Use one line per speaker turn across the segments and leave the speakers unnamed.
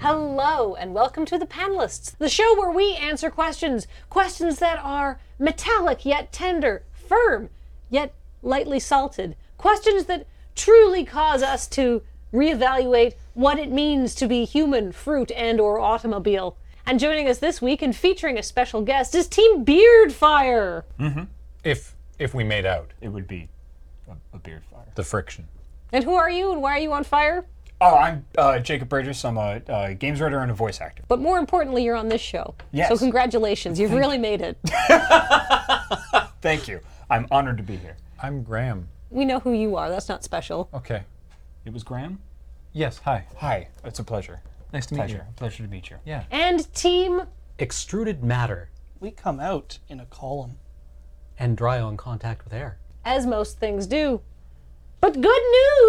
Hello, and welcome to The Panelists, the show where we answer questions. Questions that are metallic yet tender, firm yet lightly salted. Questions that truly cause us to reevaluate what it means to be human, fruit, and or automobile. And joining us this week and featuring a special guest is Team Beardfire.
If if we made out
It would be a, a beard fire.
the friction.
And who are you and why are you on fire?
Oh, I'm uh, Jacob Burgess. I'm a uh, games writer and a voice actor.
But more importantly, you're on this show.
Yes.
So congratulations, you've really made it.
Thank you. I'm honored to be here.
I'm Graham.
We know who you are. That's not special.
Okay.
It was Graham.
Yes, hi.
Hi. It's a pleasure.
Nice to meet
Pleasure. Pleasure to meet you.
Yeah.
And team
extruded matter
We come out in a column.
and dry on contact with air.
as most things do. But good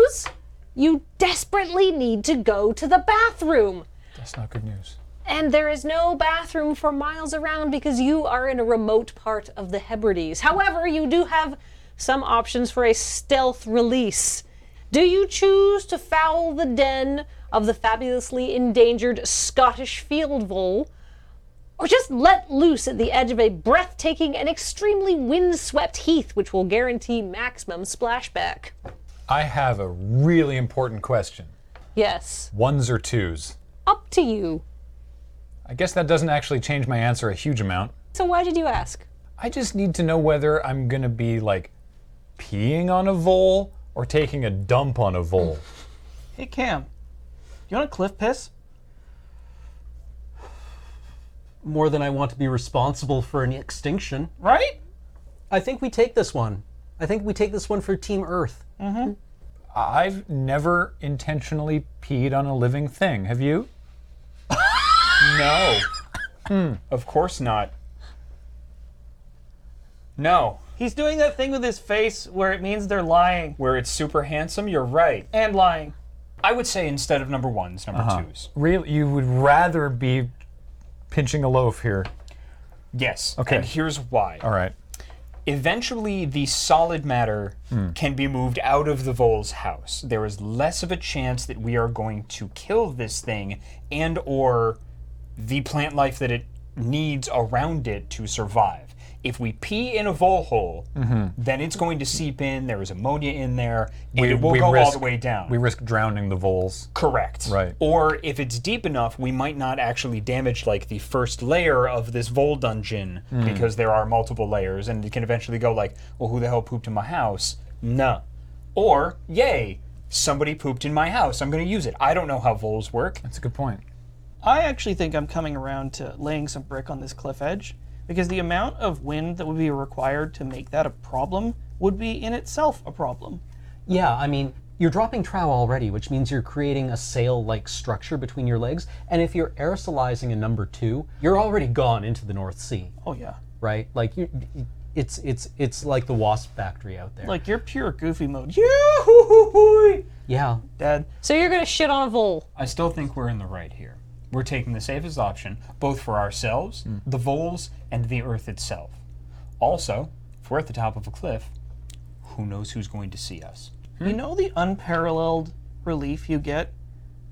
news! You desperately need to go to the bathroom.
That's not good news.
And there is no bathroom for miles around because you are in a remote part of the Hebrides. However, you do have some options for a stealth release. Do you choose to foul the den of the fabulously endangered Scottish field vole? Or just let loose at the edge of a breathtaking and extremely windswept heath, which will guarantee maximum splashback.
I have a really important question.
Yes,
Ones or twos?
up to you.
I guess that doesn't actually change my answer a huge amount.
So, why did you ask?
I just need to know whether I'm gonna be like peeing on a vole or taking a dump on a vole.
Hey Cam, you want a cliff piss?
More than I want to be responsible for an extinction.
Right?
I think we take this one. I think we take this one for Team Earth.
I've never intentionally peed on a living thing. Have you?
No.
Hmm.
Of course not. No.
He's doing that thing with his face where it means they're lying
Where it's super handsome, you're right.
and lying.
I would say instead of number ones, number
Uh-huh.
twos.
Really? You would rather be pinching a loaf here.
Yes.
Okay.
And here's why.
All right.
Eventually, the solid matter can be moved out of the vole's house. There is less of a chance that we are going to kill this thing and or the plant life that it needs around it to survive. If we pee in a vole hole, then it's going to seep in. There is ammonia in there, and it will go all the way down.
We risk drowning the voles.
Correct.
Right.
Or if it's deep enough, we might not actually damage like the first layer of this vole dungeon because there are multiple layers, and it can eventually go like, "Well, who the hell pooped in my house?" No. Or yay, somebody pooped in my house. I'm going to use it. I don't know how voles work.
That's a good point.
I actually think I'm coming around to laying some brick on this cliff edge because the amount of wind that would be required to make that a problem would be in itself a problem.
Yeah, I mean, you're dropping trow already, which means you're creating a sail like structure between your legs. And if you're aerosolizing a number two, you're already gone into the North Sea,
Oh yeah.
right? Like, you, it's, it's, it's like the wasp factory out there.
Like you're pure goofy mode. yoo
yeah,
Dad.
So, you're gonna shit on a vole.
I still think we're in the right here. We're taking the safest option, both for ourselves, the voles, and the earth itself. Also, if we're at the top of a cliff, who knows who's going to see us?
You know the unparalleled relief you get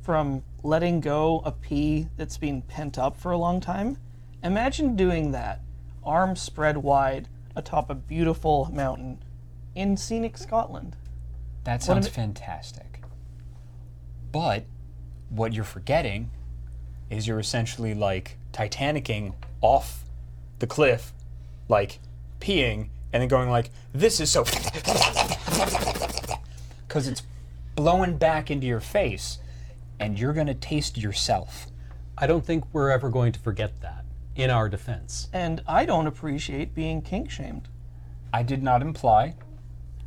from letting go a pee that's been pent up for a long time? Imagine doing that, arms spread wide atop a beautiful mountain in scenic Scotland.
That sounds fantastic. But what you're forgetting is you're essentially like titanicking off the cliff, like peeing, and then going like, "This is so," because it's blowing back into your face, and you're gonna taste yourself.
I don't think we're ever going to forget that in our defense.
And I don't appreciate being kink shamed.
I did not imply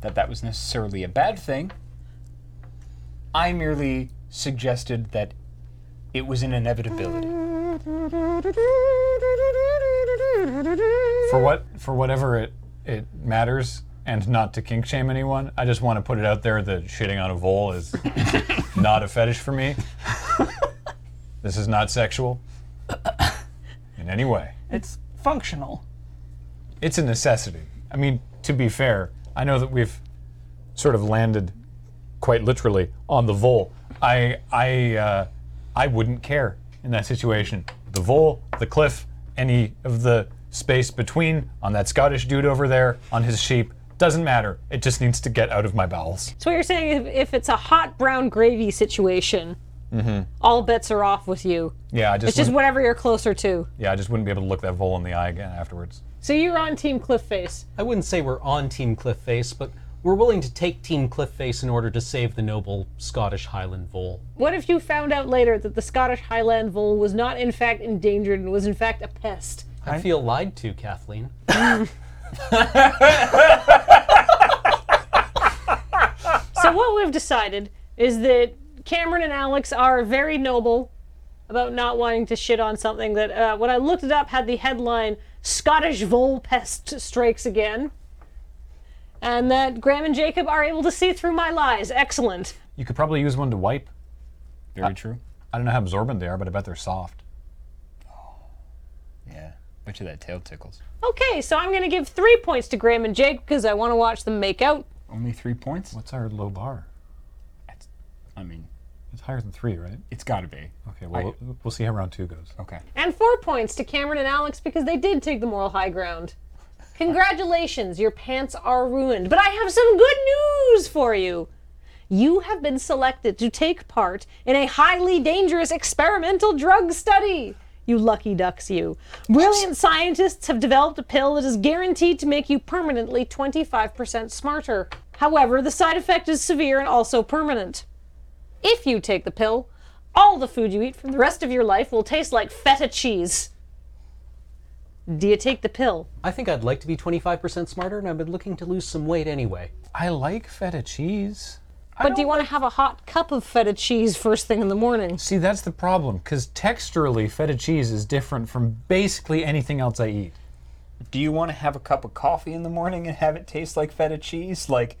that that was necessarily a bad thing. I merely suggested that it was an inevitability.
For what for whatever it it matters, and not to kink shame anyone, I just want to put it out there that shitting on a vole is not a fetish for me. this is not sexual in any way.
It's functional.
It's a necessity. I mean, to be fair, I know that we've sort of landed quite literally on the vole. I I uh, I wouldn't care. in that situation. The vole, the cliff, any of the space between on that Scottish dude over there, on his sheep, doesn't matter. It just needs to get out of my bowels.
So what you're saying, if, if it's a hot brown gravy situation, all bets are off with you.
Yeah, I just,
It's just
wouldn't-
whatever you're closer to.
yeah, I just wouldn't be able to look that vole in the eye again afterwards.
So you're on Team Cliff Face.
I wouldn't say we're on Team Cliff Face, but we're willing to take Team Cliff Face in order to save the noble Scottish Highland vole.
What if you found out later that the Scottish Highland vole was not in fact endangered and was in fact a pest?
I feel lied to, Kathleen.
So what we've decided is that Cameron and Alex are very noble about not wanting to shit on something that uh, when I looked it up had the headline Scottish vole pest strikes again. And that Graham and Jacob are able to see through my lies. Excellent.
You could probably use one to wipe.
Very true.
I don't know how absorbent they are, but I bet they're soft.
Yeah. Bet you that tail tickles.
Okay, so I'm going to give three points to Graham and Jake because I want to watch them make out.
Only three points?
What's our low bar?
I mean,
It's higher than three, right?
it's gotta be.
Okay, well, we'll see how round two goes.
Okay.
And four points to Cameron and Alex because they did take the moral high ground. Congratulations, your pants are ruined. But I have some good news for you. You have been selected to take part in a highly dangerous experimental drug study. You lucky ducks, you. Brilliant scientists have developed a pill that is guaranteed to make you permanently 25% smarter. However, the side effect is severe and also permanent. If you take the pill, all the food you eat from the rest of your life will taste like feta cheese. Do you take the pill?
I think I'd like to be 25% smarter, and I've been looking to lose some weight anyway.
I like feta cheese.
But do you want to have a hot cup of feta cheese first thing in the morning?
See, that's the problem, because texturally, feta cheese is different from basically anything else I eat.
Do you want to have a cup of coffee in the morning and have it taste like feta cheese? Like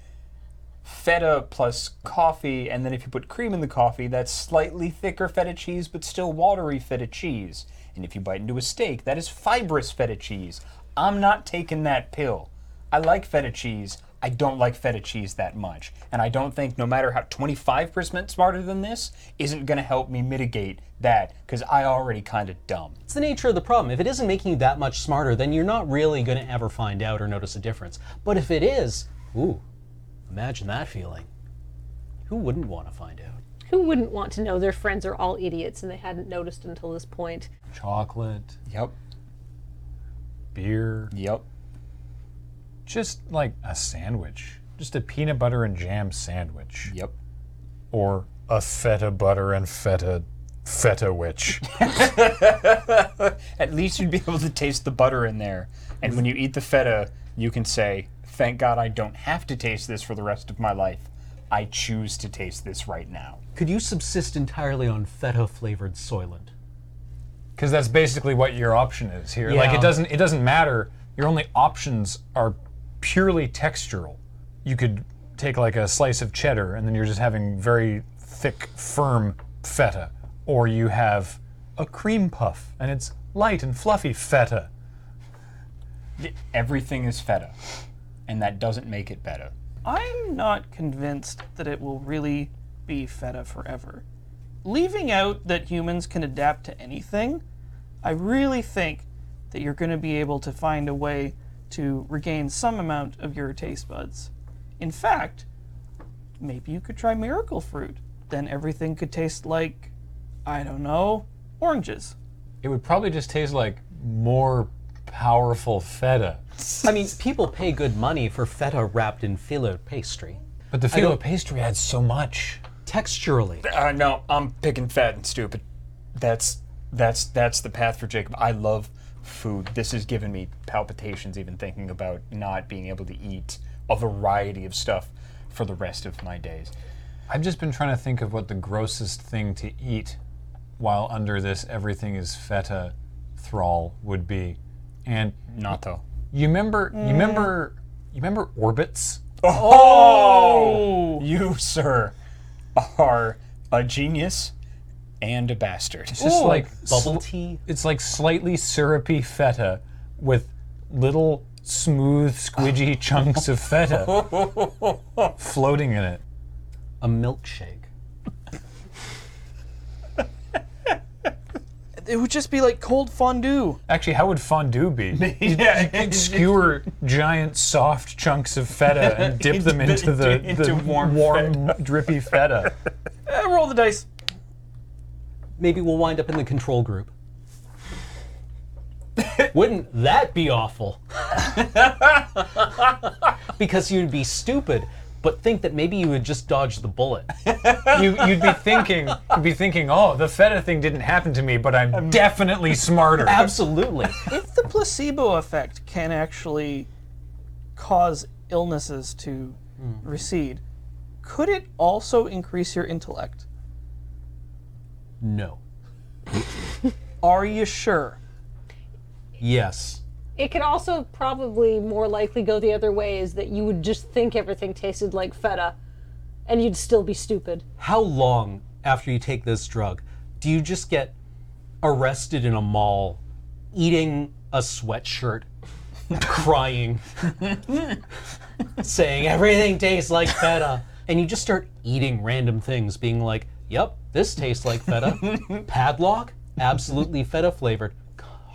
feta plus coffee, and then if you put cream in the coffee, that's slightly thicker feta cheese, but still watery feta cheese. And if you bite into a steak, that is fibrous feta cheese. I'm not taking that pill. I like feta cheese. I don't like feta cheese that much. And I don't think, no matter how 25% smarter than this, isn't going to help me mitigate that, because I already kind of dumb.
It's the nature of the problem. If it isn't making you that much smarter, then you're not really going to ever find out or notice a difference. But if it is, ooh, imagine that feeling. Who wouldn't want to find out?
Who wouldn't want to know their friends are all idiots and they hadn't noticed until this point?
Chocolate,
Yep.
beer,
Yep.
just like a sandwich. Just a peanut butter and jam sandwich.
Yep.
Or a feta butter and feta feta witch.
At least you'd be able to taste the butter in there. And when you eat the feta, you can say, Thank God I don't have to taste this for the rest of my life. I choose to taste this right now.
Could you subsist entirely on feta flavored Soylent?
Because that's basically what your option is here. Like
Yeah.
it doesn't it doesn't matter. Your only options are purely textural. You could take like a slice of cheddar and then you're just having very thick, firm feta. Or you have a cream puff and it's light and fluffy feta.
Everything is feta, and that doesn't make it better.
I'm not convinced that it will really be feta forever. Leaving out that humans can adapt to anything, I really think that you're going to be able to find a way to regain some amount of your taste buds. In fact, maybe you could try miracle fruit. Then everything could taste like, I don't know, oranges.
It would probably just taste like more powerful feta.
I mean, people pay good money for feta wrapped in filo pastry.
But the filo pastry adds so much.
Texturally,
Uh, no, I'm picking fat and stupid. That's that's that's the path for Jacob. I love food. This has given me palpitations even thinking about not being able to eat a variety of stuff for the rest of my days.
I've just been trying to think of what the grossest thing to eat while under this everything is feta thrall would be. And
Not though.
you remember
Mm.
you remember you remember orbits?
Oh! You, sir, are a genius and a bastard.
It's just like
bubble
sl-
tea.
it's like slightly syrupy feta with little smooth squidgy chunks of feta floating in it.
a milkshake.
It would just be like cold fondue.
Actually, how would fondue be?
yeah,
Skewer giant soft chunks of feta and dip them into the,
Into
the
warm
drippy feta.
Eh, roll the dice.
Maybe we'll wind up in the control group. Wouldn't that be awful? because you'd be stupid, but think that maybe you would just dodge the bullet.
You, you'd be thinking, you'd be thinking, oh, the feta thing didn't happen to me, but I'm, definitely smarter.
Absolutely.
If the placebo effect can actually cause illnesses to recede, could it also increase your intellect?
No.
Are you sure?
Yes.
It could also probably more likely go the other way is that you would just think everything tasted like feta and you'd still be stupid.
How long after you take this drug do you just get arrested in a mall eating a sweatshirt, crying, saying everything tastes like feta, and you just start eating random things, being like, yep, this tastes like feta. Padlock, absolutely feta flavored.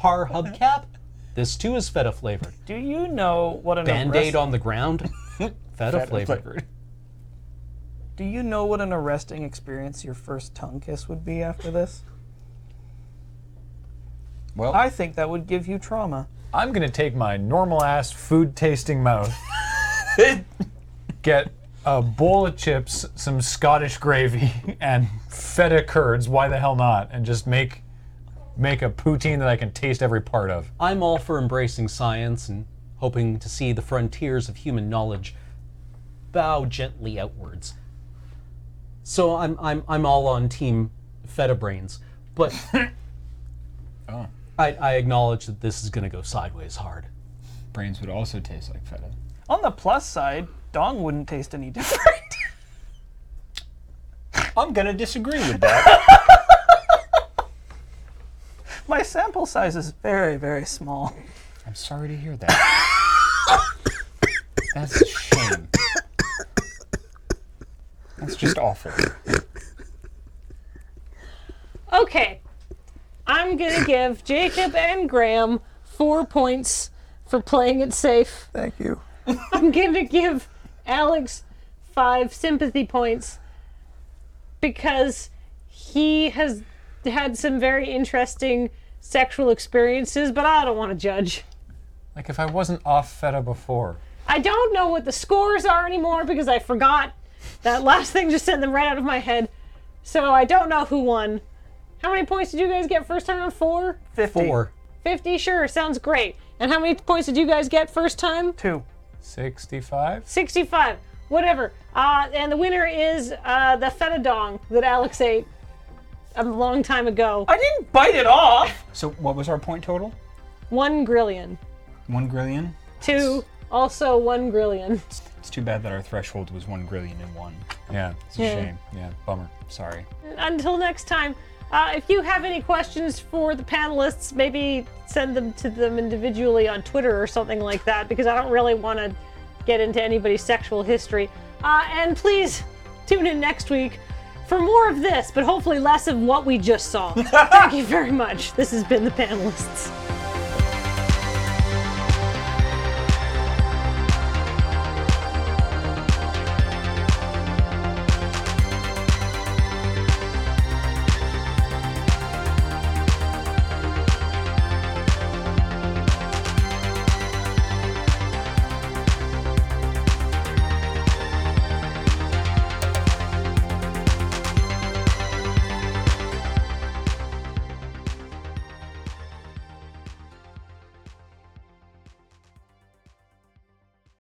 Car hubcap, this too is feta flavored.
Do you know what an
Band aid
arrest-
on the ground, feta flavored.
flavored.
Do you know what an arresting experience your first tongue kiss would be after this?
Well,
I think that would give you trauma.
I'm gonna take my normal ass food tasting mouth, get a bowl of chips, some Scottish gravy, and feta curds. Why the hell not? And just make make a poutine that I can taste every part of.
I'm all for embracing science and hoping to see the frontiers of human knowledge bow gently outwards. So I'm I'm I'm all on team feta brains, but I, I acknowledge that this is going to go sideways hard.
brains would also taste like feta.
On the plus side, dong wouldn't taste any different.
I'm gonna disagree with that.
My sample size is very, very small.
I'm sorry to hear that. That's a shame. That's just awful.
Okay. I'm going to give Jacob and Graham four points for playing it safe.
Thank you.
I'm going to give Alex five sympathy points because he has had some very interesting sexual experiences, but I don't want to judge.
Like if I wasn't off feta before.
I don't know what the scores are anymore because I forgot. That last thing just sent them right out of my head. So I don't know who won. How many points did you guys get first time around? Four?
50.
Four.
50? Sure, sounds great. And how many points did you guys get first time?
Two.
65?
65. Whatever. Uh, and the winner is uh, the feta dong that Alex ate a long time ago.
I didn't bite it off!
So, what was our point total?
One grillion.
One grillion.
Two, also one grillion.
It's too bad that our threshold was one grillion and one.
Yeah.
It's a shame.
Yeah, bummer.
Sorry.
until next time, uh, if you have any questions for the panelists, maybe send them to them individually on Twitter or something like that, because I don't really want to get into anybody's sexual history. Uh, and please tune in next week for more of this, but hopefully less of what we just saw. Thank you very much. This has been The Panelists.